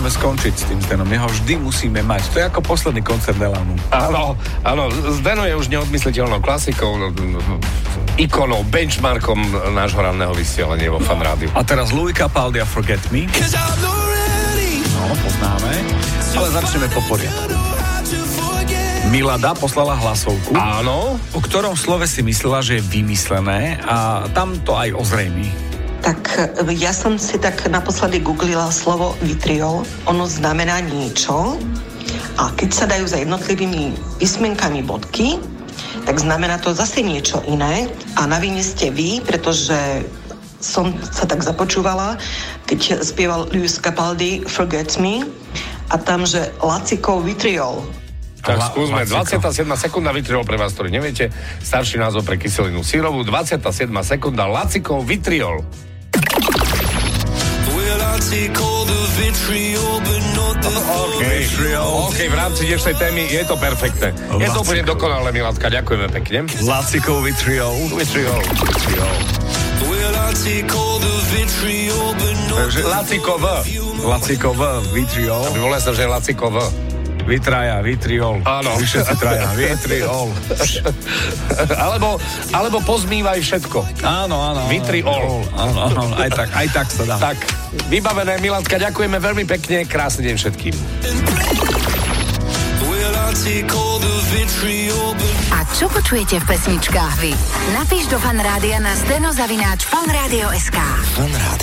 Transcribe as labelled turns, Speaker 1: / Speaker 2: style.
Speaker 1: skončiť s tým Zdenom. My ho vždy musíme mať. To je ako posledný koncert Elanu.
Speaker 2: Áno, áno, Zdeno je už neodmysliteľnou klasikou, no, no, ikonou, benchmarkom nášho ranného vysielania vo fan rádiu.
Speaker 1: A teraz Louis Capaldi a Forget Me. No, poznáme. Ale začneme po poriadku. Milada poslala hlasovku,
Speaker 2: Áno,
Speaker 1: o ktorom slove si myslela, že je vymyslené a tam to aj ozrejmí.
Speaker 3: Tak e, ja som si tak naposledy googlila slovo vitriol. Ono znamená niečo a keď sa dajú za jednotlivými písmenkami bodky, tak znamená to zase niečo iné a na vine ste vy, pretože som sa tak započúvala, keď spieval Lewis Capaldi Forget Me a tam, že Lacikov vitriol.
Speaker 2: Tak
Speaker 1: La-
Speaker 2: skúsme,
Speaker 1: Laciko.
Speaker 2: 27. sekunda vitriol pre vás, ktorý neviete, starší názov pre kyselinu sírovú, 27. sekunda lacikov vitriol.
Speaker 4: Well, I take all the vitriol, but not the
Speaker 2: OK, OK, v rámci dnešnej témy je to perfektné. Je
Speaker 1: Lacikov.
Speaker 2: to úplne dokonalé, Milatka, ďakujeme pekne.
Speaker 1: Lacikov vitriol.
Speaker 2: Vitriol.
Speaker 4: Well, I take all the vitriol, but not
Speaker 2: Takže lacikov.
Speaker 1: Lacikov vitriol.
Speaker 2: Aby bolo jasné, že je lacikov.
Speaker 1: Vitraja, vitriol.
Speaker 2: Áno.
Speaker 1: Vy všetci traja, vitriol.
Speaker 2: alebo, alebo pozmývaj všetko.
Speaker 1: Áno, áno. áno.
Speaker 2: Vitriol.
Speaker 1: Áno, áno, aj tak, aj tak sa dá.
Speaker 2: Tak, vybavené, Milatka, ďakujeme veľmi pekne, krásny deň všetkým.
Speaker 4: Well, I take all the vitriol, but
Speaker 5: A čo počujete v pesničkách vy? Napíš do fanrádia na steno zavináč fanradio.sk.